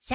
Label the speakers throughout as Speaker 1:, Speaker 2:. Speaker 1: シ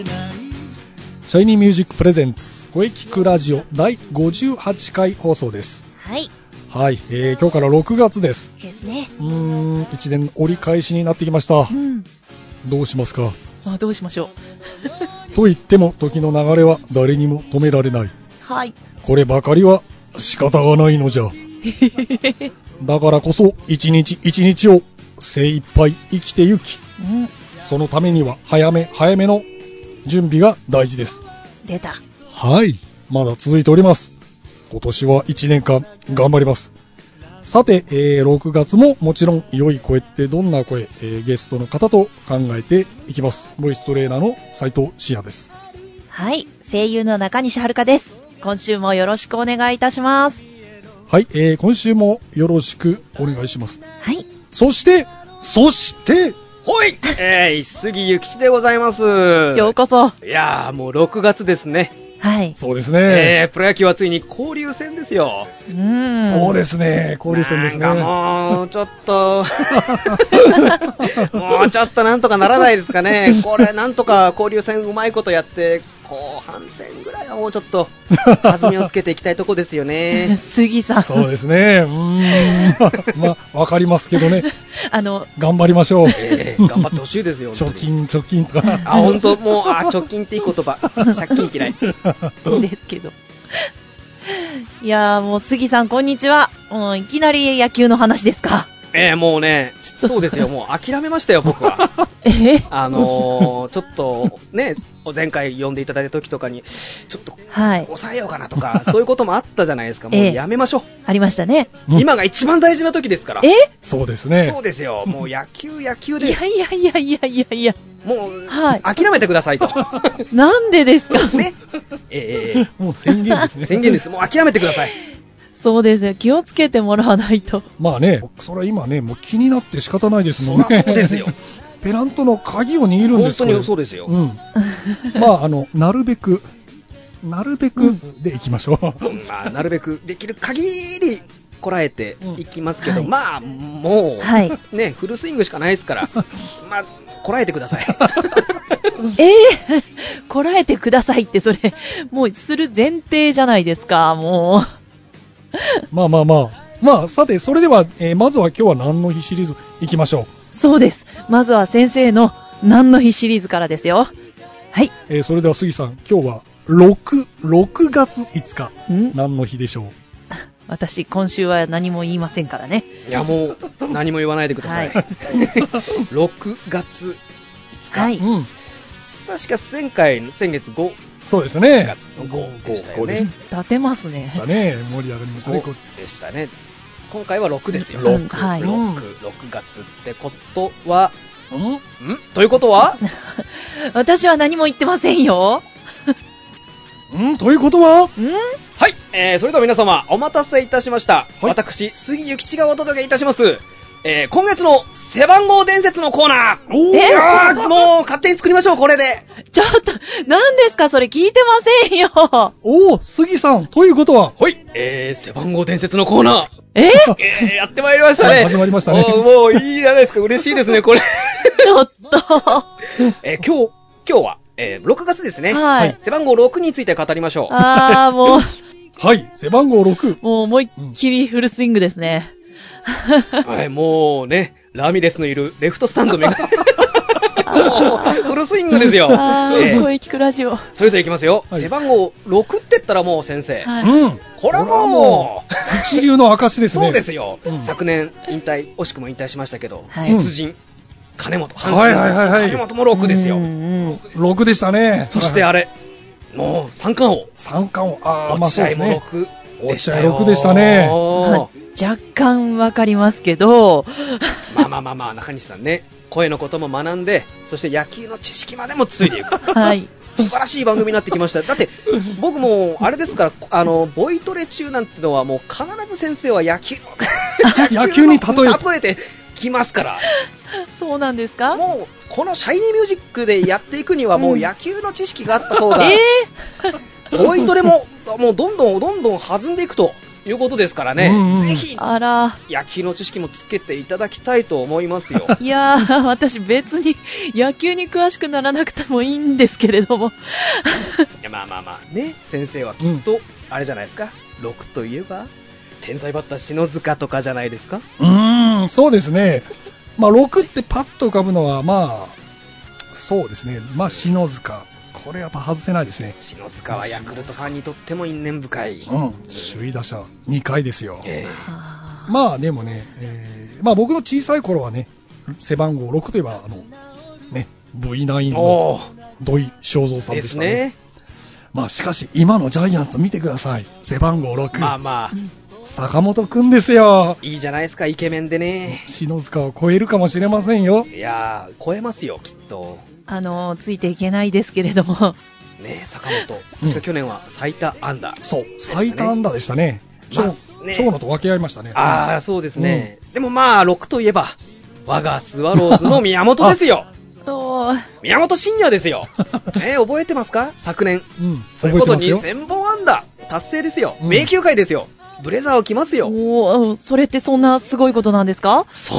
Speaker 2: シャイニーミュージックプレゼンツ声聞くラジオ第58回放送です。
Speaker 1: はい。
Speaker 2: はい、えー、今日から6月です。
Speaker 1: ですね。
Speaker 2: うーん、1年折り返しになってきました
Speaker 3: う。ん。
Speaker 2: どうしますか
Speaker 3: まあ、どうしましょう。
Speaker 2: と言っても時の流れは誰にも止められない。
Speaker 3: はい。
Speaker 2: こればかりは仕方がないの じゃ。だからこそ一日一日を精一杯生きてゆき、
Speaker 3: うん。
Speaker 2: そのためには早め早めの準備が大事です。
Speaker 3: 出た。
Speaker 2: はい。まだ続いております。今年は1年間頑張ります。さて、えー6月ももちろん良い声ってどんな声、えーゲストの方と考えていきます。ボイストレーナーの斉藤慎也です。
Speaker 3: はい。声優の中西遥です。今週もよろしくお願いいたします。
Speaker 2: はい、えー今週もよろしくお願いします。
Speaker 3: はい。
Speaker 2: そして、そして、
Speaker 4: ほいえー、杉ゆきちでございます。
Speaker 3: ようこそ。
Speaker 4: いやー、もう6月ですね。
Speaker 3: はい。
Speaker 2: そうです
Speaker 4: え
Speaker 2: ね。
Speaker 4: ー、プロ野球はついに交流戦ですよ。
Speaker 3: うん。
Speaker 2: そうですね。交流戦ですね。
Speaker 4: なんかもう、ちょっ と、もうちょっとなんとかならないですかね。これ、なんとか交流戦うまいことやって、後半戦ぐらいはもうちょっと、弾みをつけていきたいとこですよね。
Speaker 3: 杉さん。
Speaker 2: そうですね。うーん。 まあ、わかりますけどね。
Speaker 3: あの、
Speaker 2: 頑張りましょう。
Speaker 4: えー、頑張ってほしいですよ、
Speaker 2: 貯
Speaker 4: 本当に。
Speaker 2: 金、貯金とか。
Speaker 4: あ、本当もう、あ、貯金っていい言葉。借金嫌い。
Speaker 3: ですけど。いやーもう杉さん、こんにちは。うん、いきなり野球の話ですか。
Speaker 4: えー、もうね、そうですよ、もう諦めましたよ、僕は。
Speaker 3: え
Speaker 4: あ のー、ちょっと、ね、前回呼んでいただいた時とかに、ちょっと、
Speaker 3: はい。
Speaker 4: 抑えようかなと か、そういうこともあったじゃないですか。もう
Speaker 3: ええ
Speaker 4: やめましょう。
Speaker 3: ありましたね。
Speaker 2: うん
Speaker 4: 今が一番大事な時ですから。
Speaker 3: え
Speaker 2: そうですね。
Speaker 4: そうですよ。もう野球、野球
Speaker 3: い
Speaker 4: で、
Speaker 3: やいやいやいやいやいや。
Speaker 4: もう、
Speaker 3: はい
Speaker 4: 諦めてくださ いと。
Speaker 3: なんでですか
Speaker 4: ね。ええ
Speaker 2: もう宣言ですね。
Speaker 4: 宣言です。もう諦めてください。
Speaker 3: そうですよ。気をつけてもらわないと。
Speaker 2: まあね、それは今ね、もう気になって仕方ないですもんね。
Speaker 4: そらそうですよ。
Speaker 2: ペナントの鍵を握るんで
Speaker 4: 本
Speaker 2: す
Speaker 4: 当にそう
Speaker 2: う
Speaker 4: ですよ。
Speaker 2: うん。まあ、あの、なるべく、なるべくでいきましょう。
Speaker 4: うんまあ、なるべく、できる限り、こらえていきますけど、
Speaker 3: うん
Speaker 4: まあ、もう、
Speaker 3: はい
Speaker 4: ね、フルスイングしかないで すから、まあ、こらえてください。
Speaker 3: ええこらえてくださいって、それ、もうする前提じゃないですか、も
Speaker 2: まあまあまあ。まあ、さて、それでは、えーまずは今日は何の日シリーズいきましょう。
Speaker 3: う。そうです。まずは先生の、何の日シリーズからですよ。はい。
Speaker 2: えーそれでは杉さん、今日は6、6月5日。
Speaker 3: ん
Speaker 2: 何の日でしょ
Speaker 3: 私、今週は何も言いませんからね。
Speaker 4: いや、もう、何も言わないでください。
Speaker 3: はい
Speaker 4: 6月5日。
Speaker 3: は
Speaker 2: う
Speaker 3: い。
Speaker 2: うん。
Speaker 4: 確か前回の、先月5
Speaker 2: そうですね。
Speaker 4: 月の5でしたよ
Speaker 2: 5でし
Speaker 4: ね。
Speaker 3: 立てますね。
Speaker 2: たね。盛り上がりましたね。こ
Speaker 4: 5でしたね。今回は6ですよ。
Speaker 3: う
Speaker 4: 6
Speaker 3: ん。はい。
Speaker 4: 6、6月ってことは、
Speaker 2: うん
Speaker 4: んということ は
Speaker 3: 私は何も言ってませんよ。
Speaker 2: うん、ということは
Speaker 3: ん
Speaker 4: はい、えー、それでは皆様、お待たせいたしました。
Speaker 2: はい
Speaker 4: 私、杉ゆきちがお届けいたします。えー、今月の背番号伝説のコーナー
Speaker 2: おー
Speaker 3: え
Speaker 4: あーもう勝手に作りましょう、これで
Speaker 3: ちょっと、何ですかそれ聞いてませんよ。
Speaker 2: おー、杉さん、ということは
Speaker 4: ほいえー、背番号伝説のコーナー
Speaker 3: え
Speaker 4: えー、やってまいりましたね。
Speaker 2: 始まりましたね
Speaker 4: おもういいじゃないですか。嬉しいですね、これ。
Speaker 3: ちょっ と。
Speaker 4: えー今日、今日は、えー6月ですね。
Speaker 3: はい。
Speaker 4: 背番号6について語りましょう。
Speaker 3: あー、もう。
Speaker 2: はい、背番号6。
Speaker 3: もう思いっきりフルスイングですね。
Speaker 4: はい、もうね、ラミレスのいるレフトスタンドめが、もう フルスイングですよ。
Speaker 3: あー、
Speaker 4: えー
Speaker 3: 声聞くラジオ。
Speaker 4: それではいきますよ。
Speaker 2: はい
Speaker 4: 背番号6って言ったらもう先生。
Speaker 3: はい。
Speaker 2: うん。
Speaker 4: これはもう、
Speaker 2: 一流の証ですね。
Speaker 4: そうですよ、
Speaker 2: うん
Speaker 4: 昨年引退、惜しくも引退しましたけど、
Speaker 3: はい
Speaker 4: 鉄人、金本、阪神、
Speaker 2: はいはいはいはい
Speaker 4: 金本も6ですよ。
Speaker 3: うんうん
Speaker 2: 6でしたね。
Speaker 4: そしてあれ、もう三冠王、
Speaker 2: 三冠王。あー、まあ
Speaker 4: 落
Speaker 2: そう
Speaker 4: 合
Speaker 2: です
Speaker 4: も
Speaker 2: ね。
Speaker 4: 6でした
Speaker 2: 落合6でしたね
Speaker 3: は
Speaker 4: よ。
Speaker 3: い若干わかりますけど、
Speaker 4: まあまあまあまあ、中西さんね、声のことも学んで、そして野球の知識までもついていく。
Speaker 3: はい。
Speaker 4: 素晴らしい番組になってきました。だって、僕も、あれですから、あの、ボイトレ中なんてのはもう必ず先生は野球、
Speaker 2: 野球に例える
Speaker 4: 例えてきますから。
Speaker 3: そうなんですか
Speaker 4: もう、このシャイニーミュージックでやっていくには、もう野球の知識があった方が、
Speaker 3: え
Speaker 4: ボイトレも、もうどんどんどんどん弾んでいくということですからね、
Speaker 2: うんうん
Speaker 4: ぜひ
Speaker 3: ー、、あら。
Speaker 4: 野球の知識もつけていただきたいと思いますよ。
Speaker 3: いやー、私別に野球に詳しくならなくてもいいんですけれども。
Speaker 4: いやまあまあまあね先生はきっと、あれじゃないですか6といえば天才バッター篠塚とかじゃないですか
Speaker 2: うーん、そうですね。まあ、6ってパッと浮かぶのは、まあ、そうですね。まあ、篠塚。これやっぱ外せないですね。
Speaker 4: 篠塚はヤクルトファンにとっても因縁深い、
Speaker 2: うん。首位打者2回ですよ。
Speaker 4: え
Speaker 3: あー
Speaker 2: まあ、でもね、えーまあ僕の小さい頃はね、背番号6といえば、あの、
Speaker 4: え
Speaker 2: ね、V9 の
Speaker 4: おー
Speaker 2: 土井正蔵さん
Speaker 4: で
Speaker 2: でし
Speaker 4: す
Speaker 2: たね。
Speaker 4: ね
Speaker 2: まあ、しかし今のジャイアンツ見てください。背番号6。
Speaker 4: まあまあ
Speaker 2: 坂本くんですよ。
Speaker 4: いいじゃないですかイケメンでね
Speaker 2: 篠塚を超えるかもしれませんよ。
Speaker 4: いやー超えますよきっと
Speaker 3: あのー、ついていけないですけれども。
Speaker 4: ね坂本確か去年は最多安打、
Speaker 2: そう、最多安打でしたね。
Speaker 4: まあ
Speaker 2: 長
Speaker 4: ね
Speaker 2: 長野と分け合いましたね。
Speaker 4: ああそうですね、でもまあ6といえば我がスワローズの宮本ですよ
Speaker 3: おー
Speaker 4: 宮本慎也です よ、えー覚えてますか昨年
Speaker 2: うん、
Speaker 4: それ
Speaker 2: 覚え
Speaker 4: こ
Speaker 2: て
Speaker 4: そ
Speaker 2: ますよ。
Speaker 4: 2000本安打達成ですよ、
Speaker 2: うん
Speaker 4: 迷宮会ですよ、ブレザーを着ますよ、
Speaker 3: おーそれってそんなすごいことなんですか
Speaker 4: そ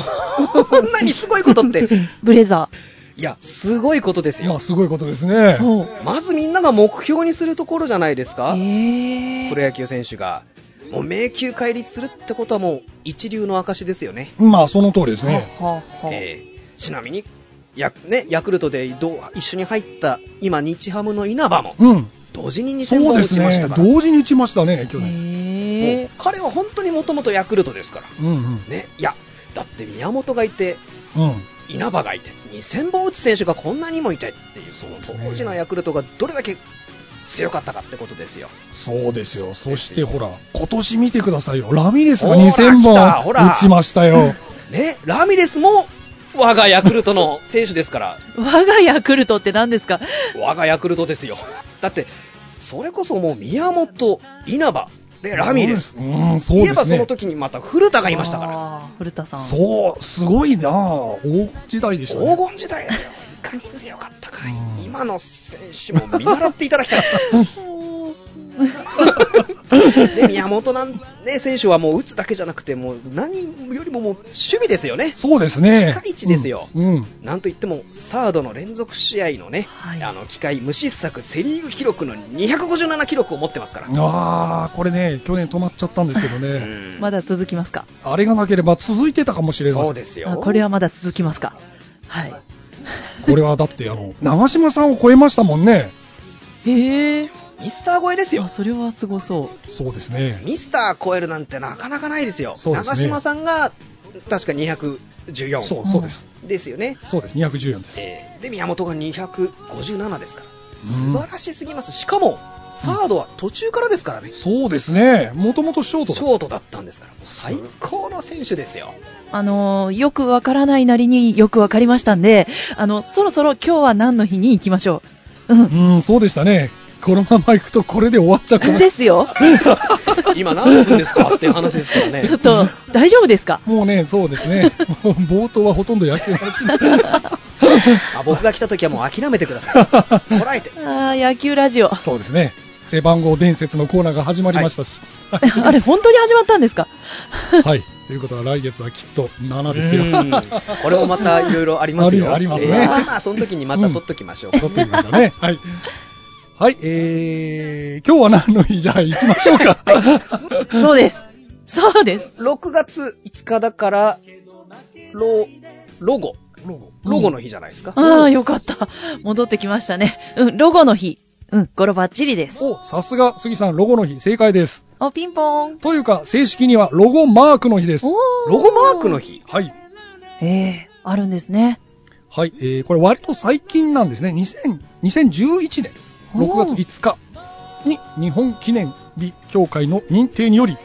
Speaker 4: んなにすごいこと って、
Speaker 3: ブレザ
Speaker 4: いや、すごいことです
Speaker 2: いや、
Speaker 4: よ、
Speaker 2: すごいことですね
Speaker 3: ー。。おー
Speaker 4: まずみんなが目標にするところじゃないですか、
Speaker 3: え
Speaker 4: プロ野球選手が、もう迷宮会立するってことは、もう一流の証ですよね、
Speaker 2: まあ、その通りですね。
Speaker 3: ー。はあはあ
Speaker 4: えーちなみにヤ,、ね、ヤクルトでどう一緒に入った今、日ハムの稲葉も、
Speaker 2: うん、
Speaker 4: 同時に2000
Speaker 2: そう
Speaker 4: 本
Speaker 2: で
Speaker 4: 打
Speaker 2: す
Speaker 4: ちまし
Speaker 2: ね
Speaker 4: た。から、
Speaker 2: 同時に打ちましたね、去年。
Speaker 3: へ
Speaker 4: も
Speaker 3: え
Speaker 4: う。彼は本当にもともとヤクルトですから。
Speaker 2: うんうん。
Speaker 4: ね、いや、だって宮本がいて、
Speaker 2: うん。
Speaker 4: 稲葉がいて、2000本打つ選手がこんなにもいてっていう、その
Speaker 2: ですね
Speaker 4: 当時のヤクルトがどれだけ強かったかってことですよ。
Speaker 2: そうですよ。
Speaker 4: そうですよ
Speaker 2: そしてほら、今年見てくださいよ。ラミレスが
Speaker 4: ほら
Speaker 2: 2000
Speaker 4: 来
Speaker 2: 本
Speaker 4: たほら
Speaker 2: 打ちましたよ。
Speaker 4: ね、ラミレスも我がヤクルトの選手ですから、
Speaker 3: 我がヤクルトって何ですか
Speaker 4: 我がヤクルトですよ。だって、それこそもう宮本、稲葉、でラミレス。
Speaker 2: うん、そう
Speaker 4: 言
Speaker 2: で
Speaker 4: えば
Speaker 2: す
Speaker 4: その
Speaker 2: ね。
Speaker 4: 時にまた古田がいましたから、
Speaker 3: ら。古田さん。
Speaker 2: そう、すごいなあ大時代でしたね。
Speaker 4: 黄金時代だよ。いかに強かったか
Speaker 2: う。ん
Speaker 4: 今の選手も見習っていただきたい。
Speaker 3: おー
Speaker 4: で宮本なん、ね、選手はもう打つだけじゃなくて、もう何よりももう守備ですよね。
Speaker 2: そうですね。
Speaker 4: ピカイチですよ
Speaker 2: うん。うん
Speaker 4: なんといっても、サードの連続試合のね、
Speaker 3: はい
Speaker 4: あの、機械無失策セリーグ記録の257記録を持ってますから。
Speaker 2: ああ、これね、去年止まっちゃったんですけどね。
Speaker 4: うん
Speaker 3: まだ続きますか
Speaker 2: あれがなければ続いてたかもしれません。
Speaker 4: そうですよ。
Speaker 3: あこれはまだ続きますかはい。
Speaker 2: これはだって、あの、長嶋さんを超えましたもんね。
Speaker 3: へえ。
Speaker 4: ミスター超えです
Speaker 3: い
Speaker 4: よ
Speaker 3: や、。それはすごそう。
Speaker 2: そうですね。
Speaker 4: ミスター超えるなんてなかなかないですよ。
Speaker 2: そうです
Speaker 4: 長
Speaker 2: ね
Speaker 4: 嶋さんが、確か214。
Speaker 2: そう、そうです。
Speaker 4: ですよね。
Speaker 2: そうです。214です。
Speaker 4: えーで、宮本が257ですから。
Speaker 2: ん
Speaker 4: 素晴らしすぎます。しかも、サードは途中からですからね。
Speaker 2: そうですね。もともとショートだ
Speaker 4: ショートだったんですから、もう最高の選手ですよ。
Speaker 3: あのー、よくわからないなりによくわかりましたんで、あの、そろそろ今日は何の日に行きましょ う。うん。
Speaker 2: うん、そうでしたね。このまま行くとこれで終わっちゃうから。
Speaker 3: ですよ。
Speaker 4: 今何分ですかっていう話ですから ね。
Speaker 3: ちょっと、大丈夫ですか
Speaker 2: もうね、そうですね。 もう冒頭はほとんど野球の話だ
Speaker 4: あ僕が来た時はもう諦めてくだ さい。こらえて。
Speaker 3: あー野球ラ ジオ。
Speaker 2: そうですね。背番号伝説のコーナーが始まりましたし。
Speaker 3: あれ、本当に始まったん ですか
Speaker 2: はい。ということは来月はきっと7ですよ。
Speaker 4: うんこれもまたいろいろありますよ。
Speaker 2: あります
Speaker 3: ね
Speaker 4: えーまあ、その時にまた取っときましょう。
Speaker 2: 撮ってみましたね。はい。はい、えー、今日は何の日じゃあ行きましょ うか。
Speaker 3: そうです。そうです。
Speaker 4: 6月5日だから、ロ、ロゴ。 ロゴ。ロゴの日じゃないですか。
Speaker 3: ああ、よかった。戻ってきましたね。うん、ロゴの日。うん、語呂ばっちりです。
Speaker 2: お、さすが杉さん、ロゴの日、正解です。
Speaker 3: お、ピンポーン。
Speaker 2: というか、正式にはロゴマークの日です。
Speaker 3: お
Speaker 4: ロゴマークの
Speaker 3: 日。
Speaker 4: 日。
Speaker 2: はい。
Speaker 3: ええあるんですね。
Speaker 2: はい、えー、これ割と最近なんですね。2000 2011年6月5日に日本記念日協会の認定により、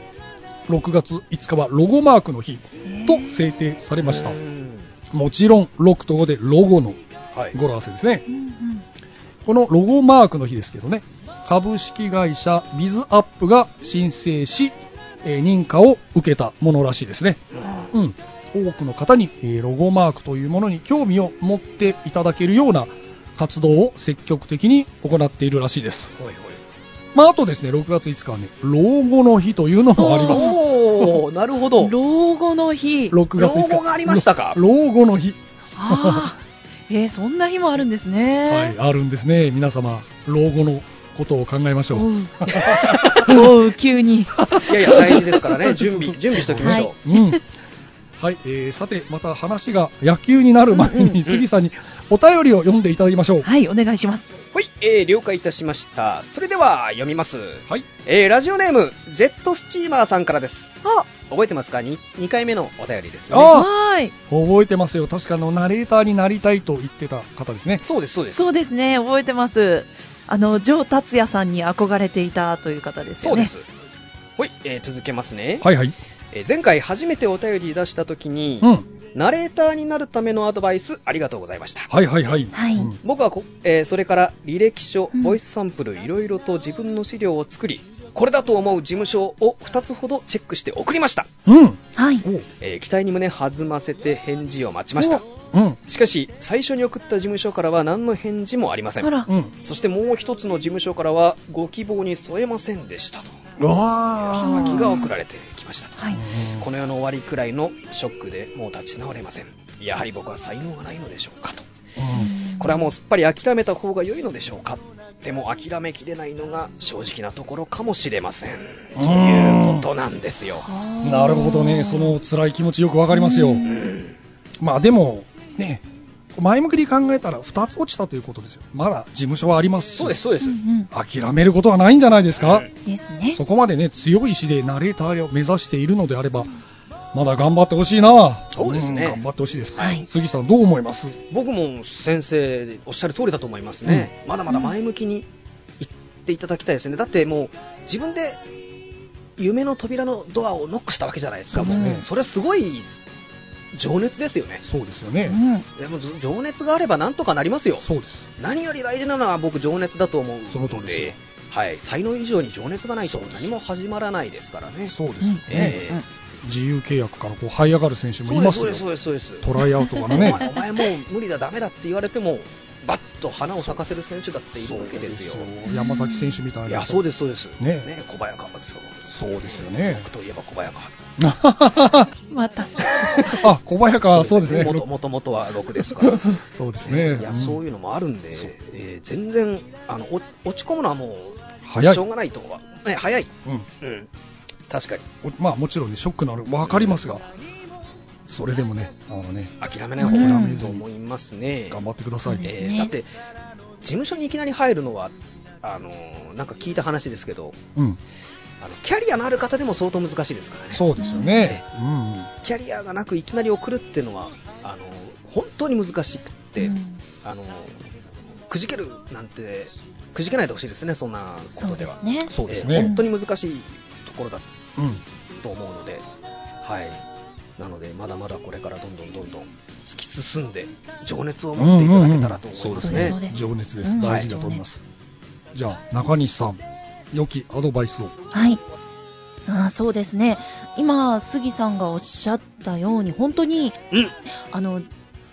Speaker 2: 6月5日はロゴマークの日と制定されました。
Speaker 4: うん
Speaker 2: もちろん6と5でロゴの
Speaker 4: はい
Speaker 2: 語呂合わせですね。このロゴマークの日ですけどね、株式会社ビズアップが申請し、えー認可を受けたものらしいですね。うん。多くの方に、えーロゴマークというものに興味を持っていただけるような活動を積極的に行っているらしいです。
Speaker 4: ほいほい
Speaker 2: まあ、あとですね、6月5日はね、老後の日というのもあります。
Speaker 4: おーなるほど。
Speaker 3: 老後の日。
Speaker 2: 6月5日。
Speaker 4: 老後がありましたか
Speaker 2: 老老後の日。
Speaker 3: ああ。えー、そんな日もあるんですね。
Speaker 2: はい、あるんですね。皆様、老後のことを考えましょ
Speaker 3: お
Speaker 2: う。
Speaker 3: う。おう、急に。
Speaker 4: いやいや、大事ですから ね、準備、準備しておきましょ
Speaker 2: うん。はい、えーさて、また話が野球になる前
Speaker 3: うんうん
Speaker 2: に、杉さんにお便りを読んでいただきましょう。
Speaker 3: はい、お願いします。
Speaker 4: う。ほい、えー了解いたしました。それでは、読みます。
Speaker 2: はい。
Speaker 4: えーラジオネーム、ジェットスチーマーさんからです。
Speaker 3: あ、
Speaker 4: 覚えてますか 2, 二回目のお便りですね。
Speaker 2: あ
Speaker 3: はーい。
Speaker 2: 覚えてますよ。確かあの、ナレーターになりたいと言ってた方ですね。
Speaker 4: そうです、そうです。
Speaker 3: そうですね、覚えてます。あの、ジョー達也さんに憧れていたという方です
Speaker 4: そ
Speaker 3: よ
Speaker 4: うで
Speaker 3: ね。
Speaker 4: す。ほい、えー続けますね。
Speaker 2: はいはい。
Speaker 4: えー前回初めてお便り出した時に、
Speaker 2: うん。
Speaker 4: ナレーターになるためのアドバイスありがとうございました。
Speaker 2: はいはいはい。
Speaker 3: はい
Speaker 2: うん
Speaker 4: 僕はこ、えーそれから履歴書、
Speaker 3: うん
Speaker 4: ボイスサンプル、いろいろと自分の資料を作り、これだと思う事務所を2つほどチェックして送りました。
Speaker 2: うん。
Speaker 3: はい。
Speaker 4: えー期待に胸弾ませて返事を待ちました。
Speaker 2: うん。
Speaker 4: しかし、最初に送った事務所からは何の返事もありませ
Speaker 3: あ
Speaker 4: ん。
Speaker 3: ら
Speaker 2: う、ん。
Speaker 4: そしてもう一つの事務所からは、ご希望に添えませんでしたと。
Speaker 2: わ
Speaker 4: はがきが送られてきました。
Speaker 3: はい。
Speaker 4: この世の終わりくらいのショックでもう立ち直れません。やはり僕は才能がないのでしょうかと。これはもうすっぱり諦めた方が良いのでしょうかでも諦めきれないのが正直なところかもしれませんということなんですよ、
Speaker 2: なるほどね。その辛い気持ちよくわかりますよ。
Speaker 4: うん
Speaker 2: まあでも、ね、前向きに考えたら2つ落ちたということですよ。まだ事務所はありますし
Speaker 4: そうですそうです、
Speaker 3: うん
Speaker 2: 諦めることはないんじゃないですか、
Speaker 3: うん。ですね。
Speaker 2: そこまでね、強い意志でナレーターを目指しているのであれば、まだ頑張ってほしいな。
Speaker 4: そうですね
Speaker 2: ん頑張ってほしいです。
Speaker 3: はい
Speaker 2: 杉さん、どう思います
Speaker 4: 僕も先生おっしゃる通りだと思いますね、まだまだ前向きに言っていただきたいですねだってもう自分で夢の扉のドアをノックしたわけじゃないですか
Speaker 2: そうですね
Speaker 4: もうそれはすごい情熱ですよね
Speaker 2: そうですよ
Speaker 3: う
Speaker 2: ね。
Speaker 3: ん。
Speaker 4: でも情熱があればなんとかなりますよ
Speaker 2: そうです。
Speaker 4: 何より大事なのは僕情熱だと思う
Speaker 2: その通りですよ
Speaker 4: はい、才能以上に情熱がないと何も始まらないですからね
Speaker 2: そうです。
Speaker 3: うん
Speaker 4: ええ
Speaker 3: うん
Speaker 2: 自由契約からこう這い上がる選手も
Speaker 4: そ
Speaker 2: いう
Speaker 4: で
Speaker 2: ます
Speaker 4: そう
Speaker 2: す
Speaker 4: ですそう
Speaker 2: よ。
Speaker 4: ですそうです
Speaker 2: トライアウトから ね
Speaker 4: お。前お前もう無理だダメだって言われてもバッと花を咲かせる選手だっているわけですよ
Speaker 2: そうですよ山崎選手みたいな。
Speaker 4: いやそう
Speaker 2: で
Speaker 4: ですそうです
Speaker 2: ね
Speaker 4: 小早川ですよ
Speaker 2: そうですよね
Speaker 4: 僕といえば小早川
Speaker 3: また。
Speaker 2: あ、小早川、そうですね。
Speaker 4: もともともとは6ですから
Speaker 2: そうですね。
Speaker 4: いやそういうのもあるんで、
Speaker 2: そう
Speaker 4: えー全然あのお落ち込むのはもう
Speaker 2: 早い
Speaker 4: しょうがないとこは、ね、早い、
Speaker 2: うん。
Speaker 4: うん、確かに
Speaker 2: おまあもちろんね、ショックなのわかりますが、それでもね、あのね、
Speaker 4: 諦めない方がいいと思いますね、
Speaker 2: 頑張ってください。
Speaker 3: そうです
Speaker 4: え
Speaker 3: ね
Speaker 4: ーだって事務所にいきなり入るのはあのーなんか聞いた話ですけど
Speaker 2: うん。
Speaker 4: あのキャリアのある方でも相当難しいですからね
Speaker 2: そうですよね。
Speaker 4: キャリアがなくいきなり送るっていうのはあのー本当に難しくって、
Speaker 3: うん
Speaker 4: あのーくじけるなんてくじけないでほしいですねそんなこ
Speaker 3: そ
Speaker 4: と
Speaker 3: う
Speaker 4: で
Speaker 3: で
Speaker 4: は
Speaker 3: すね
Speaker 2: うん。。そうです
Speaker 4: えー
Speaker 2: ね
Speaker 4: 本。当に難しいところだ
Speaker 2: うん。
Speaker 4: と思うので、はい、なので、まだまだこれからどんどんどんどん突き進んで、情熱を持っていただけたらと思います
Speaker 3: うんうんうんそう
Speaker 4: ね。
Speaker 3: です
Speaker 2: 情熱で
Speaker 3: う
Speaker 2: す。
Speaker 3: ん
Speaker 2: 大事だと思います。じゃあ、中西さん、良きアドバイスを。
Speaker 3: はい。ああそうですね。今、杉さんがおっしゃったように、本当に、
Speaker 4: うん
Speaker 3: あの、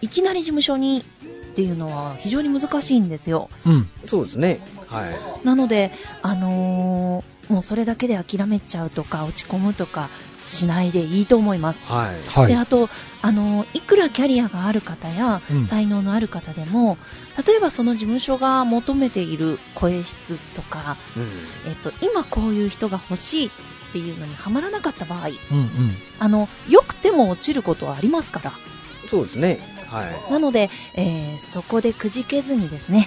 Speaker 3: いきなり事務所にっていうのは非常に難しいんですよ。
Speaker 2: うん。
Speaker 4: そうですね。は
Speaker 3: なので、あのーもうそれだけで諦めちゃうとか、落ち込むとかしないでいいと思います
Speaker 4: い。。はい。
Speaker 2: は
Speaker 3: で
Speaker 2: い。
Speaker 3: あと、あのいくらキャリアがある方や、
Speaker 2: うん
Speaker 3: 才能のある方でも例えばその事務所が求めている声質とか、えっと、今こういう人が欲しいっていうのにはまらなかった場合
Speaker 2: うんうん。
Speaker 3: あの良くても落ちることはありますから
Speaker 4: そうですね。はい。
Speaker 3: なので、えーそこでくじけずにですね、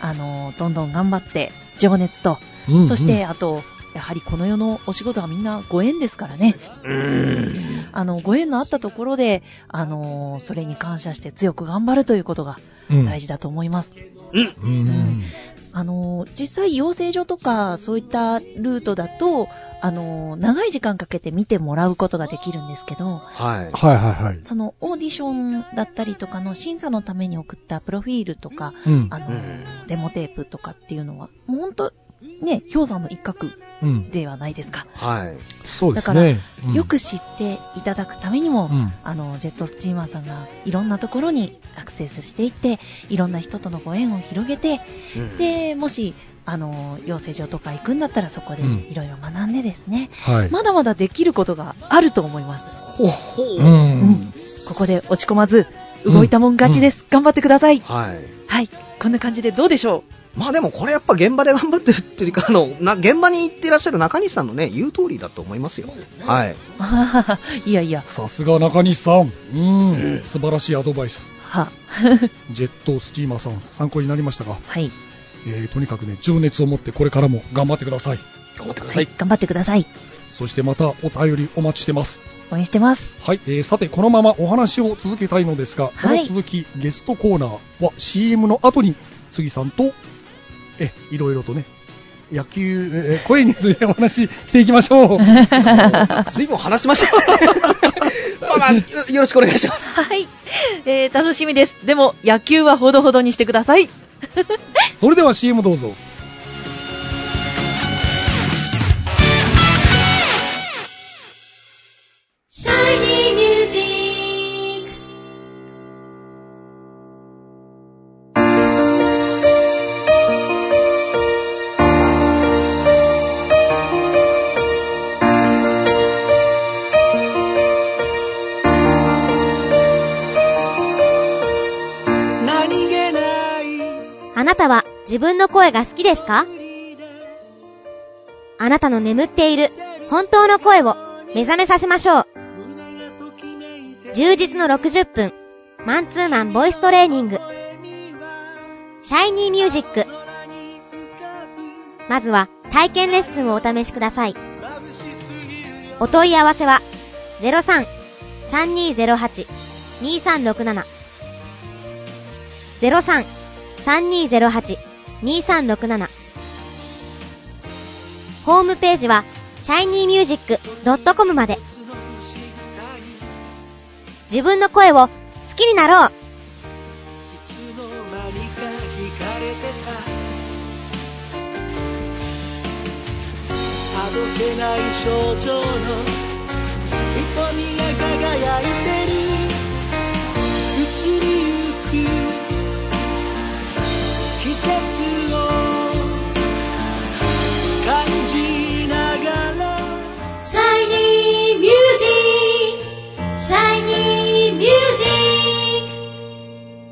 Speaker 3: あのどんどん頑張って情熱と、
Speaker 2: うんうん。
Speaker 3: そして、あとやはりこの世のお仕事はみんなご縁ですからね
Speaker 4: うん。
Speaker 3: あのご縁のあったところで、あのそれに感謝して強く頑張るということが
Speaker 2: うん
Speaker 3: 大事だと思います。
Speaker 2: うん。
Speaker 3: あの、実際養成所とかそういったルートだと、あの、長い時間かけて見てもらうことができるんですけど、
Speaker 4: はい。
Speaker 2: はいはいはい。
Speaker 3: そのオーディションだったりとかの審査のために送ったプロフィールとか、
Speaker 2: うん。
Speaker 3: あの、
Speaker 4: うん
Speaker 3: デモテープとかっていうのは、もうほんと、ね、氷山の一角
Speaker 2: うん。
Speaker 3: ではないですか。
Speaker 4: はい。
Speaker 2: そうです
Speaker 3: だ
Speaker 2: ね。うん
Speaker 3: よ、く知っていただくためにも、
Speaker 2: うん。
Speaker 3: あの、ジェットスチーマーさんがいろんなところにアクセスしていって、いろんな人とのご縁を広げて、
Speaker 4: うん、
Speaker 3: で、もし、あの、養成所とか行くんだったらそこで
Speaker 2: うん
Speaker 3: いろいろ学んでですね、
Speaker 2: はい。
Speaker 3: まだまだできることがあると思います。
Speaker 4: ほほう
Speaker 2: うん。
Speaker 3: ここで落ち込まず、動いたもん勝ちです。頑張ってください。
Speaker 4: はい。
Speaker 3: はい。こんな感じでどうでしょ
Speaker 4: まあでもこれやっぱ現場で頑張ってるっていうか、あの、な現場に行ってらっしゃる中西さんのね、言う通りだと思いますよ。はい。
Speaker 3: うあはは いやいや、
Speaker 2: さすが中西さん。う
Speaker 4: うん
Speaker 2: ん。素晴らしいアドバイス。
Speaker 3: は、
Speaker 2: ジェットスチーマーさん、参考になりましたが、
Speaker 3: はい。
Speaker 2: えーとにかくね、情熱を持ってこれからも頑張ってください。
Speaker 4: 頑張ってください。
Speaker 3: 頑張ってください。
Speaker 2: そしてまたお便りお待ちしてます。
Speaker 3: 応援してます。
Speaker 2: はい、えーさて、このままお話を続けたいのですが、
Speaker 3: はい
Speaker 2: この続き、ゲストコーナーは CM の後に、杉さんと、え、いろいろとね、野球、えー声についてお話ししていきまし ょう。
Speaker 4: 随分話しました。まあまあ、よよろしくお願いします。
Speaker 3: はい。えー、楽しみです。でも、野球はほどほどにしてください。
Speaker 2: それでは CM どうぞ。
Speaker 4: 何気ない。
Speaker 5: あなたは自分の声が好きですかあなたの眠っている本当の声を目覚めさせましょう。充実の60分、マンツーマンボイストレーニング。シャイニーミュージック。まずは体験レッスンをお試しください。お問い合わせは03-3208-2367 03 3208-2367ホームページは shinymusic.com まで自分の声を好きになろう
Speaker 1: シャイニーミュージックシャイニーミュージック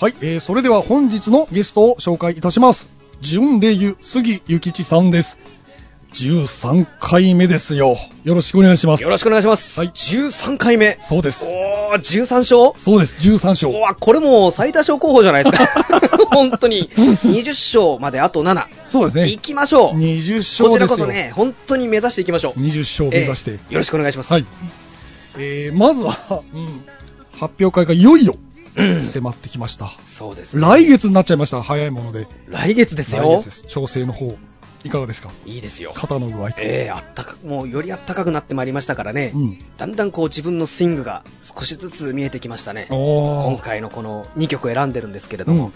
Speaker 2: はい、えーそれでは本日のゲストを紹介いたします。ジュンレイユ杉ゆきちさんです。13回目ですよ。よろしくお願いします。
Speaker 4: よろしくお願いします。
Speaker 2: はい
Speaker 4: 13回目。
Speaker 2: そうです。
Speaker 4: おー、13勝
Speaker 2: そうです、13勝。
Speaker 4: うわ、これもう最多勝候補じゃないです か。本当に。20勝まであと7。
Speaker 2: そうですね
Speaker 4: 行。きましょう。
Speaker 2: 20勝ですよ。
Speaker 4: こちらこそね、本当に目指していきましょう。
Speaker 2: 20勝を目指して。
Speaker 4: えーよろしくお願いします。
Speaker 2: はい。えー、まずは、うん、発表会がいよいよ迫ってきました。
Speaker 4: そうです、ね。
Speaker 2: 来月になっちゃいました。早いもので。
Speaker 4: 来月です
Speaker 2: 来
Speaker 4: よ
Speaker 2: 月で。す。調整の方、いかがですか
Speaker 4: いいですよ。
Speaker 2: 肩の具合。
Speaker 4: えー、あったか、もうよりあったかくなってまいりましたからね。
Speaker 2: うん。
Speaker 4: だんだんこう自分のスイングが少しずつ見えてきましたね。今
Speaker 2: おー。
Speaker 4: 回のこの2曲選んでるんですけれど
Speaker 2: う
Speaker 4: も、
Speaker 2: ん、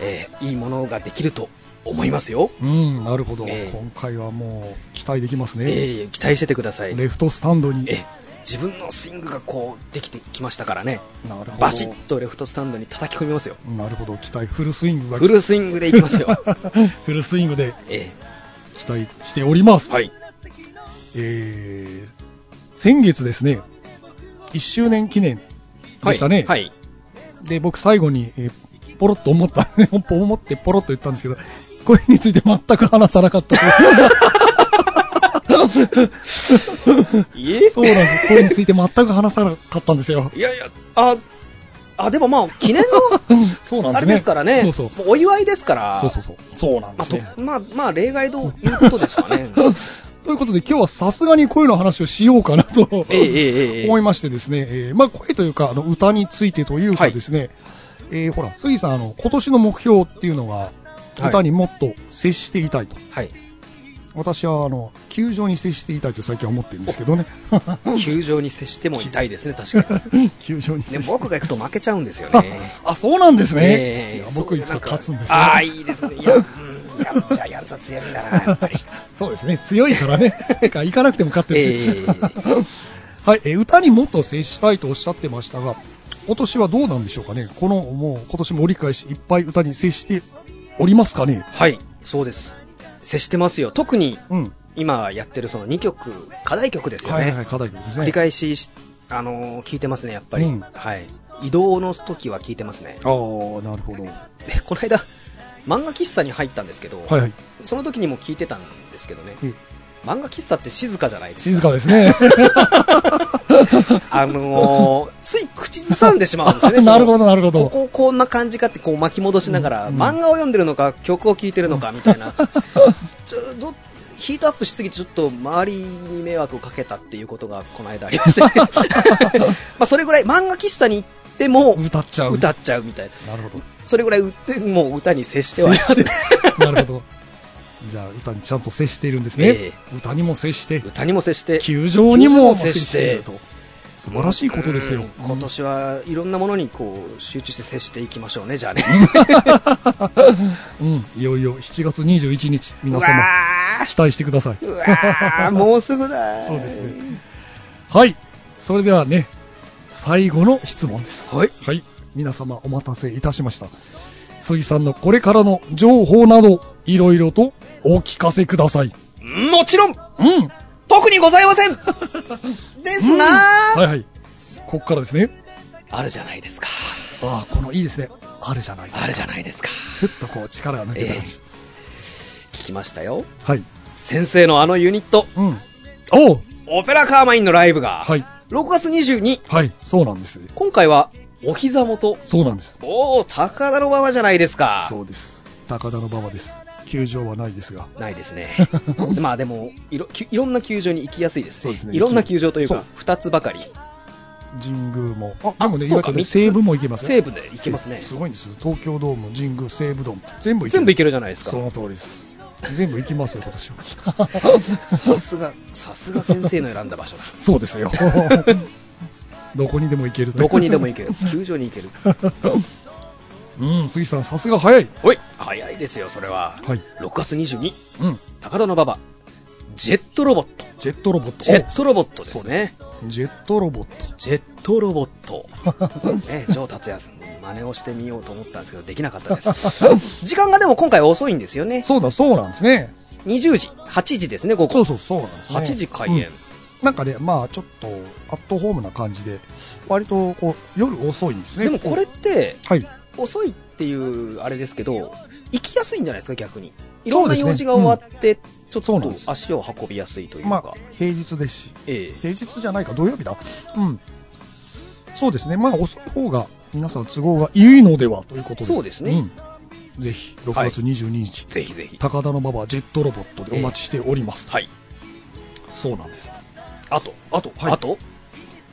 Speaker 4: えーいいものができると思いますよ。
Speaker 2: うん、なるほど、
Speaker 4: ええ
Speaker 2: 今回はもう期待できます
Speaker 4: え
Speaker 2: ね、
Speaker 4: ー期待しててください。
Speaker 2: レフトスタンドに、
Speaker 4: え自分のスイングがこうできてきましたからね、
Speaker 2: なるほど
Speaker 4: バシッとレフトスタンドに叩き込みますよ、
Speaker 2: なるほど、期待、フルスイングが、
Speaker 4: フルスイングでいきますよ、
Speaker 2: フルスイングで
Speaker 4: え
Speaker 2: 期待しております。
Speaker 4: えはい、
Speaker 2: えー、先月ですね、1周年記念でしたね。
Speaker 4: はい、
Speaker 2: で、僕最後に、えーポロッと思った、思ってポロッと言ったんですけど、これについて全く話さなかった。
Speaker 4: いえ
Speaker 2: そうなんです。これについて全く話さなかったんですよ。
Speaker 4: いやいや、あ、あ、でも まあ、記念
Speaker 2: そうな
Speaker 4: の、
Speaker 2: んで
Speaker 4: あ
Speaker 2: す
Speaker 4: れ
Speaker 2: ね。
Speaker 4: ですからね。
Speaker 2: そうそう。
Speaker 4: もうお祝いですから。
Speaker 2: そうそうそう。そうなんで
Speaker 4: まあ
Speaker 2: すね。
Speaker 4: とまあ、まあ、例外ということですか ね。
Speaker 2: ということで今日はさすがに声の話をしようかなと
Speaker 4: ええええええ
Speaker 2: 思いましてですね、えーまあ声というかあの歌についてというかですね、えーほら、杉さん、あの、今年の目標っていうのが、
Speaker 4: はい
Speaker 2: 歌にもっと接していたいと。
Speaker 4: はい。
Speaker 2: 私は、あの、球場に接していたいと最近は思ってるんですけどね。
Speaker 4: 球場に接しても痛いですね、確か
Speaker 2: 球場
Speaker 4: に。
Speaker 2: に
Speaker 4: ね
Speaker 2: 接、して。
Speaker 4: 僕が行くと負けちゃうんですよ ね。
Speaker 2: あ、そうなんです
Speaker 4: え
Speaker 2: ね。
Speaker 4: え
Speaker 2: いや僕行くと勝つんです
Speaker 4: そう
Speaker 2: よ。
Speaker 4: なんかああ、いいですね。いや、う ん、いやじゃあ、やんざ強みだな、やっぱり。
Speaker 2: そうですね、強いからね、 行かなくても勝ってるし、
Speaker 4: ええ
Speaker 2: はいえー歌にもっと接したいとおっしゃってましたが、今年はどうなんでしょうかね、このもう今年も折り返し、いっぱい歌に接しておりますかね、
Speaker 4: はい、そうです。接してますよ。特に、
Speaker 2: うん、
Speaker 4: 今やってるその2曲、課題曲ですよね。
Speaker 2: はいはい、課題曲です
Speaker 4: 繰り
Speaker 2: ね。
Speaker 4: 返しし、あのー聞いてますね、やっぱり、
Speaker 2: うん
Speaker 4: はい。移動の時は聞いてますね。
Speaker 2: ああ、なるほど。は
Speaker 4: で、この間、漫画喫茶に入ったんですけど、
Speaker 2: いはい、
Speaker 4: その時にも聞いてたんですけどね、
Speaker 2: うん
Speaker 4: 漫画喫茶って静かじゃないです
Speaker 2: 静
Speaker 4: か。
Speaker 2: かです ね。
Speaker 4: あのーつい口ずさんでしまうんですよね。
Speaker 2: なるほ
Speaker 4: ど。
Speaker 2: ど、なるほ
Speaker 4: こ
Speaker 2: ど。
Speaker 4: ここんな感じかってこう巻き戻しながら、
Speaker 2: うん
Speaker 4: 漫画を読んでるのか曲を聴いてるのかみた いなちょどヒートアップしすぎてちょっと周りに迷惑をかけたっていうことがこの間あり ましてまあそれぐらい漫画喫茶に行っても
Speaker 2: 歌っちゃう。
Speaker 4: 歌っちゃうみたいな。
Speaker 2: なるほど。
Speaker 4: それぐらいうもう歌に接してはいますね。
Speaker 2: なるほど。じゃあ、歌にちゃんと接しているんですね。
Speaker 4: え
Speaker 2: 歌にも接して、
Speaker 4: 歌にも接して。
Speaker 2: 球場にも接し
Speaker 4: 球
Speaker 2: て
Speaker 4: 場にも接して
Speaker 2: と。素晴らしいことですよ
Speaker 4: うん。今年はいろんなものにこう集中して接していきましょうね、じゃあね。
Speaker 2: うん、いよいよ7月21日、皆
Speaker 4: う
Speaker 2: 様、
Speaker 4: わ
Speaker 2: 期待してください。
Speaker 4: ーうわーもうすぐだ。
Speaker 2: そうですね。はい、それではね、最後の質問です。
Speaker 4: はい。
Speaker 2: はい、皆様お待たせいたしました。杉さんのこれからの情報など、いろいろとお聞かせください。
Speaker 4: もちろん、
Speaker 2: うん、
Speaker 4: 特にございません ですが、
Speaker 2: はいはい。ここからですね。
Speaker 4: あるじゃないですか。
Speaker 2: ああ、このいいですね。あるじゃないです
Speaker 4: あ
Speaker 2: か。
Speaker 4: るじゃないですか。
Speaker 2: ふっとこう力が抜けた感じ。
Speaker 4: 聞きましたよ。
Speaker 2: はい。
Speaker 4: 先生のあのユニット、
Speaker 2: うん。おう
Speaker 4: オペラカーマインのライブが、
Speaker 2: はい。
Speaker 4: 6月22、
Speaker 2: はい。そうなんです。
Speaker 4: 今回はお膝元、
Speaker 2: そうなんです。
Speaker 4: おお、高田の馬場じゃないですか。
Speaker 2: そうです。高田の馬場です。球場はないですが。
Speaker 4: ないです ね。まあでもいろ、きいろんな球場に行きやすいですね。
Speaker 2: そうですね
Speaker 4: いろんな球場という
Speaker 2: そ
Speaker 4: か
Speaker 2: う、
Speaker 4: 2つばかり。
Speaker 2: 神宮も。あ、でもね、
Speaker 4: そ
Speaker 2: 今
Speaker 4: うか
Speaker 2: ね、
Speaker 4: 三つ
Speaker 2: 西武も行けますね。
Speaker 4: 西武で行けますね。
Speaker 2: すごいんですよ。東京ドーム、神宮、西武ドーム。全部行ける。
Speaker 4: 全部行
Speaker 2: け
Speaker 4: けるじゃないですか
Speaker 2: そ。の通りです。全部行きますよ、今年は。
Speaker 4: さすが、さすが先生の選んだ場所だ。
Speaker 2: そうですよ。 どこにでも行けるという
Speaker 4: どこにでも行ける。球場に行ける。
Speaker 2: うん、杉さん、さすが早い。
Speaker 4: おい、早いですよ、それは。
Speaker 2: はい。
Speaker 4: 6月22、
Speaker 2: うん。
Speaker 4: 高田の馬場、ジェットロボット。
Speaker 2: ジェットロボット。
Speaker 4: ジェットロボットですね。
Speaker 2: おジェットロボット。
Speaker 4: ジェットロボッ ト。ね、ジョー達也さんの真似をしてみようと思ったんですけど、できなかったです。 時間がでも今回遅いんですよね。
Speaker 2: そうだ、そうなんですね。
Speaker 4: 20時、8時ですね、午
Speaker 2: そ
Speaker 4: 後
Speaker 2: う。そう、そうなんです、ね。
Speaker 4: 8時開演
Speaker 2: うん。なんかね、まあ、ちょっと、アットホームな感じで、割と、こう、夜遅いんですね。
Speaker 4: でもこれって、
Speaker 2: はい。
Speaker 4: 遅いっていうあれですけど、行きやすいんじゃないですか、逆に。いろん
Speaker 2: そう
Speaker 4: な
Speaker 2: ですね
Speaker 4: 用事が終わって、ちょっ
Speaker 2: そうなん
Speaker 4: と
Speaker 2: です
Speaker 4: 足を運びやすいという
Speaker 2: ま
Speaker 4: か
Speaker 2: あ。、平日ですし、
Speaker 4: ええ
Speaker 2: 平日じゃないか、土曜日だ。うん。そうですね。まあ、遅い方が、皆さん都合がいいのではということで。
Speaker 4: そうですね
Speaker 2: うん。ぜひ、6月22日、
Speaker 4: ぜひぜひ。
Speaker 2: 高田の馬場ジェットロボットでお待ちしております。
Speaker 4: はい。
Speaker 2: そうなんです。
Speaker 4: あと、あと、
Speaker 2: はい
Speaker 4: あと、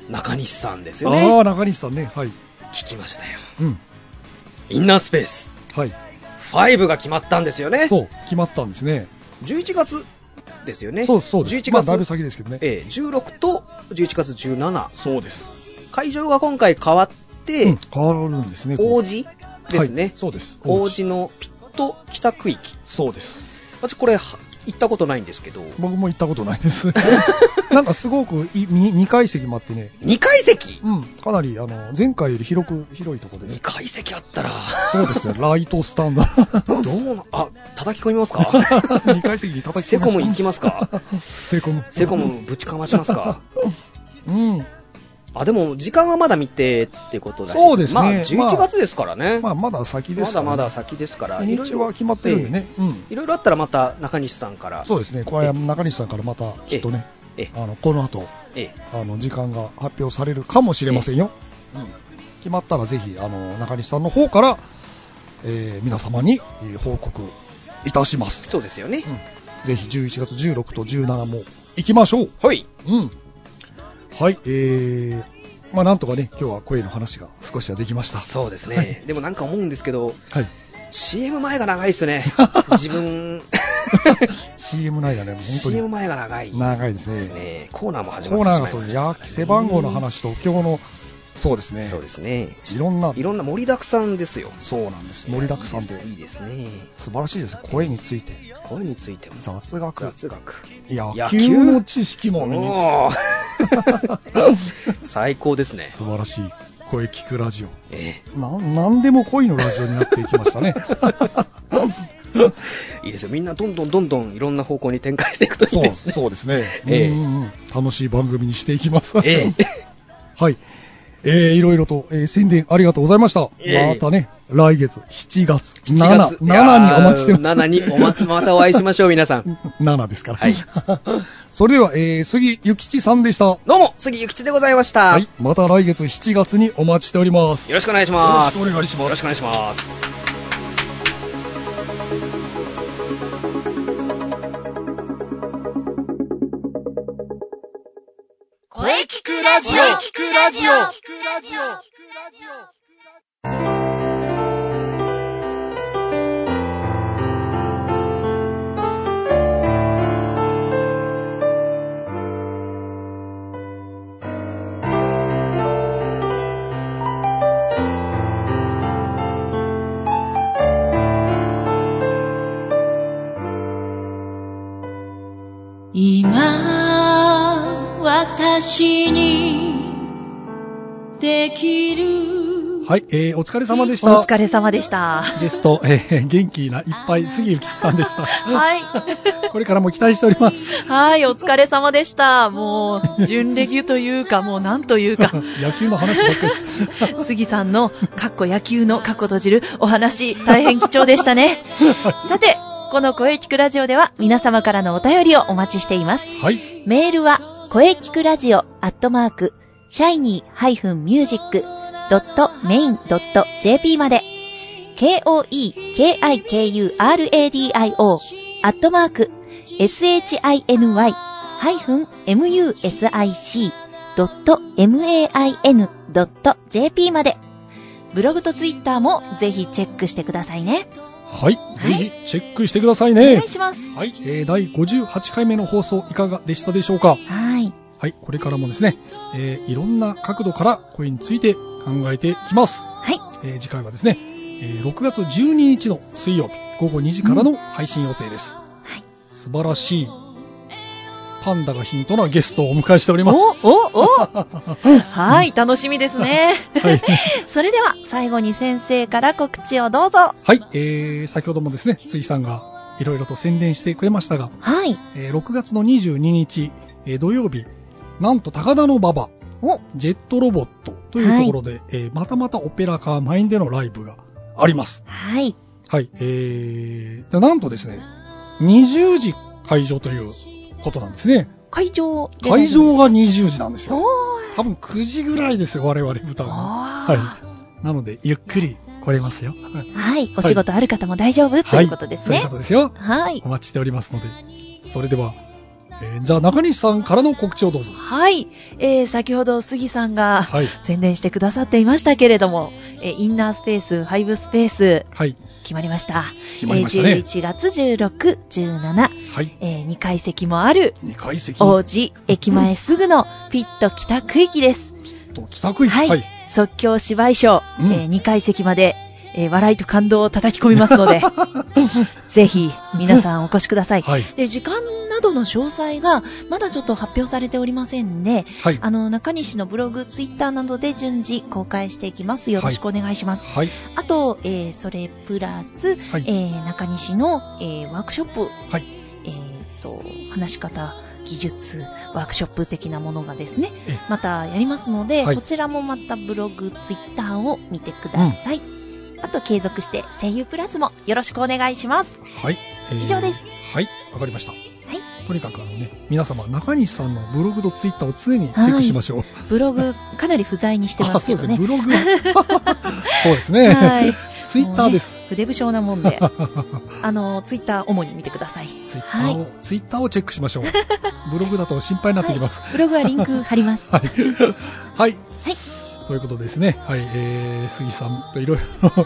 Speaker 4: 中西さんですよ
Speaker 2: あ
Speaker 4: ね。
Speaker 2: あ、中西さんね。はい。
Speaker 4: 聞きましたよ。
Speaker 2: うん。
Speaker 4: インナースペース、
Speaker 2: はい。
Speaker 4: 5が決まったんですよね。
Speaker 2: そう、決まったんですね。
Speaker 4: 11月ですよね。
Speaker 2: そうそうです。
Speaker 4: 11月、
Speaker 2: まあ、だいぶ先ですけどね。
Speaker 4: ええ16と11月17。
Speaker 2: そうです。
Speaker 4: 会場が今回変わって、
Speaker 2: うん、変わるんですね。
Speaker 4: 王子です
Speaker 2: はい
Speaker 4: ね。
Speaker 2: そうです。
Speaker 4: 王子のピット北区域。
Speaker 2: そうです。
Speaker 4: 私これは行ったことないんですけど、
Speaker 2: 僕も行ったことないです。 なんかすごくい2、2階席もあってね、
Speaker 4: 2階席
Speaker 2: うん、かなり、あの、前回より広く、広いところで
Speaker 4: ?2
Speaker 2: す。
Speaker 4: 階席あったら、
Speaker 2: そうですね、ライトス タンド。
Speaker 4: どうな、あ、叩き込みます か
Speaker 2: 2階席に叩き
Speaker 4: セ
Speaker 2: 込みま
Speaker 4: コム
Speaker 2: し
Speaker 4: 行きますか
Speaker 2: たセコム。
Speaker 4: セコムぶちかましますか
Speaker 2: うん。
Speaker 4: あ、でも、時間はまだ見てってことだし、
Speaker 2: そうですね
Speaker 4: まあ、
Speaker 2: まあ
Speaker 4: 11月ですからね。
Speaker 2: まあ、まだ先で
Speaker 4: ますだ
Speaker 2: から
Speaker 4: まだ先ですから、
Speaker 2: 日にちは決まってるんでね、うん
Speaker 4: ええいろいろあったらまた中西さんから、
Speaker 2: そうですね、これは中西さんからまたきっとね、
Speaker 4: ええ
Speaker 2: あのこの後
Speaker 4: ええ
Speaker 2: あの時間が発表されるかもしれませんよ、うん決まったらぜひあの中西さんの方から、えー皆様にえー報告いたします、
Speaker 4: そうですよね。
Speaker 2: うんぜひ11月16と17も行きましょう、
Speaker 4: はい。
Speaker 2: うん、はい、えーまあ、なんとかね、今日は声の話が少しはできました。
Speaker 4: そうですね、
Speaker 2: はい
Speaker 4: でもなんか思うんですけど、
Speaker 2: はい、
Speaker 4: CM 前が長いです ね。自分、
Speaker 2: CM 内だね、もう本
Speaker 4: CM 前が長い
Speaker 2: 当に長いです
Speaker 4: で
Speaker 2: ね。
Speaker 4: すね。コーナーも始ま
Speaker 2: コ
Speaker 4: っ
Speaker 2: ー
Speaker 4: てしまいま
Speaker 2: ナーが
Speaker 4: した
Speaker 2: そう
Speaker 4: ね
Speaker 2: ですね、背番号の話と今日の、そうですね、
Speaker 4: そうですね。、
Speaker 2: いろんない
Speaker 4: ろんな盛りだくさんですよ。
Speaker 2: そうなんです、盛りだくさんで、
Speaker 4: いいですね。
Speaker 2: 素晴らしいです、声について、
Speaker 4: 声についても。
Speaker 2: 雑学、
Speaker 4: 雑学。
Speaker 2: 野
Speaker 4: 野
Speaker 2: 球
Speaker 4: 球
Speaker 2: の知識も身につく、
Speaker 4: おー 最高ですね。
Speaker 2: 素晴らしい、声聞くラジオ、
Speaker 4: え
Speaker 2: なんなんでも恋のラジオになっていきましたね。
Speaker 4: えいいですよ。みんなどんどんどんどんいろんな方向に展開していくといい
Speaker 2: そう
Speaker 4: ですね。
Speaker 2: そうですね、
Speaker 4: ええ
Speaker 2: うんうんうん楽しい番組にしていきます。
Speaker 4: ええ
Speaker 2: はい。えー、いろいろと、えー宣伝ありがとうございました。
Speaker 4: ええ
Speaker 2: またね、来月7月7
Speaker 4: 7月
Speaker 2: 7にお待ちしてます。
Speaker 4: 7におま、 またお会いしましょう、皆さん。
Speaker 2: 7ですから。
Speaker 4: はい
Speaker 2: それでは、えー、杉ゆきちさんでした。
Speaker 4: どうも、杉ゆきちでございました。
Speaker 2: はい。また来月7月にお待ちしております。
Speaker 4: よろしくお願いします。
Speaker 2: よろしくお願いします
Speaker 4: よろしくお願いします。
Speaker 5: 声聞くラジオ聞くラジオ
Speaker 1: 今私にできる
Speaker 2: はい。えー、お疲れ様でし
Speaker 3: お
Speaker 2: た。
Speaker 3: 疲れ様でした。
Speaker 2: ゲスト、えー、元気ないっぱい杉ゆきちさん でした。
Speaker 3: はい。
Speaker 2: これからも期待しております。
Speaker 3: はい、お疲れ様でした。もう、準レギュというか、もうなんというか、
Speaker 2: 野球の話ばっかりです。
Speaker 3: 杉さんの、かっこ野球のかっこ閉じるお話、大変貴重でしたね。さて、この声聞くラジオでは、皆様からのお便りをお待ちしています。
Speaker 2: はい。
Speaker 3: メールは、声聞くラジオアットマーク、shiny-music.main.jp まで、k-o-e-k-i-k-u-r-a-d-i-o アットマーク、shiny-music.main.jp まで、ブログとツイッターもぜひチェックしてくださいね。
Speaker 2: はい。ぜひ、チェックしてください
Speaker 3: お
Speaker 2: ね
Speaker 3: 願い。します。
Speaker 2: はい、えー第58回目の放送いかがでしたでしょうか
Speaker 3: はい。
Speaker 2: はい、これからもですね、えーいろんな角度から声について考えていきます。
Speaker 3: はい。
Speaker 2: えー次回はですね、えー6月12日の水曜日午後2時からの配信予定です。
Speaker 3: はい。
Speaker 2: 素晴らしいパンダがヒントなゲストをお迎えしており
Speaker 3: お
Speaker 2: ます。、
Speaker 3: お、 おはい、楽しみですね。
Speaker 2: はい。
Speaker 3: それでは最後に先生から告知をどうぞ。
Speaker 2: はい、えー先ほどもですね、杉さんがいろいろと宣伝してくれましたが、
Speaker 3: はい。
Speaker 2: えー6月の22日、えー土曜日、なんと高田の馬場、ジェットロボットというところで、えーまたまたオペラカーマインでのライブがあります。
Speaker 3: はい。
Speaker 2: はい、えー、でなんとですね、20時会場ということなんですね。
Speaker 3: 会場で
Speaker 2: 会場が20時なんですよ。
Speaker 3: おー。
Speaker 2: 多分9時ぐらいですよ、我々歌が。
Speaker 3: は
Speaker 2: はい。なので、ゆっくり来れますよ。はい
Speaker 3: い。はい。お仕事ある方も大丈夫、ということです
Speaker 2: そういう
Speaker 3: ね
Speaker 2: こ。とですよ。
Speaker 3: はい。
Speaker 2: お待ちしておりますので。それでは、えーじゃあ中西さんからの告知をどうぞ。
Speaker 3: はい。えー、先ほど杉さんが
Speaker 2: はい。
Speaker 3: 宣伝してくださっていましたけれども、えーインナースペース、ファイブスペース、
Speaker 2: はい。
Speaker 3: 決まりました。
Speaker 2: 決まりましたね
Speaker 3: えー、11月16、17、
Speaker 2: はい。
Speaker 3: えー、2階席もある、
Speaker 2: 2階席
Speaker 3: 王子駅前すぐのフィット北区域です。
Speaker 2: と北区域。
Speaker 3: はい
Speaker 2: はい。
Speaker 3: 即興芝居賞、
Speaker 2: うん
Speaker 3: え2階席まで、えー笑いと感動を叩き込みます ので、ぜひ皆さんお越しください。
Speaker 2: はい。
Speaker 3: で時間などの詳細がまだちょっと発表されておりませんで、
Speaker 2: はい。
Speaker 3: あの中西のブログ、ツイッターなどで順次公開していきます。よろしくお願いします。
Speaker 2: はい。
Speaker 3: あと、えーそれプラス、
Speaker 2: はい
Speaker 3: えー中西の、えーワークショップ、
Speaker 2: はい
Speaker 3: えーと話し方、技術ワークショップ的なものがですね
Speaker 2: ええ
Speaker 3: またやりますので、
Speaker 2: はい
Speaker 3: こちらもまたブログツイッターを見てください、あと継続して声優プラスもよろしくお願いし ます
Speaker 2: はい。えー
Speaker 3: 以上です。
Speaker 2: はい、わかりました。とにかくあのね、皆様、中西さんのブログとツイッターを常にチェックしましょう。
Speaker 3: ブログかなり不在にしてま
Speaker 2: あ、
Speaker 3: す
Speaker 2: そう
Speaker 3: け
Speaker 2: で
Speaker 3: ど
Speaker 2: すね、
Speaker 3: ね
Speaker 2: ブログ。 そうですね。
Speaker 3: はい
Speaker 2: ツイッターです。
Speaker 3: 筆不詳なもん で
Speaker 2: ツ
Speaker 3: あのツイッター主に見てください
Speaker 2: イッターを、ツイッターをチェックしましょう。ブログだと心配になってきます。
Speaker 3: ブログはリンク貼り ます
Speaker 2: はい。はい。ということですね。はい。えー、杉さんといろいろ、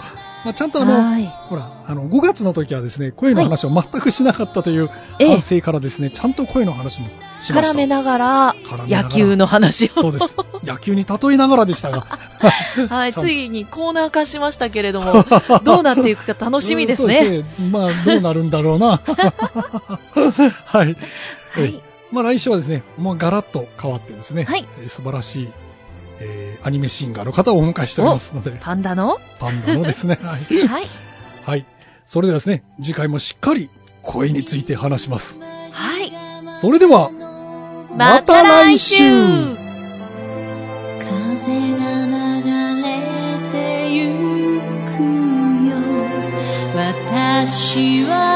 Speaker 2: まあ、ちゃんとあの、
Speaker 3: はい
Speaker 2: ほら、あの、5月の時はですね、声の話を全くしなかったという
Speaker 3: ええ
Speaker 2: 反省からですね、ちゃんと声の話もしました。
Speaker 3: 絡めながら
Speaker 2: 絡めながら
Speaker 3: 野球の話
Speaker 2: そ
Speaker 3: を
Speaker 2: うです。野球に例えながらでした が。
Speaker 3: はい、
Speaker 2: ちゃんと
Speaker 3: ついにコーナー化しましたけれども、どうなっていくか楽しみです
Speaker 2: そう
Speaker 3: ね。
Speaker 2: ねまあ、どうなるんだろ うな。はい。
Speaker 3: は
Speaker 2: え
Speaker 3: い、
Speaker 2: まあ、来週はですね、もうガラッと変わってですね、
Speaker 3: はい
Speaker 2: えー素晴らしい、えーアニメシンガーの方をお迎えしておりますので、
Speaker 3: パンダの、
Speaker 2: パンダのです ね、はい。
Speaker 3: はい、
Speaker 2: はい。それではですね、次回もしっかり声について話します。
Speaker 3: はい、
Speaker 2: それでは、
Speaker 3: また来週
Speaker 1: 風が流れてゆくよ私は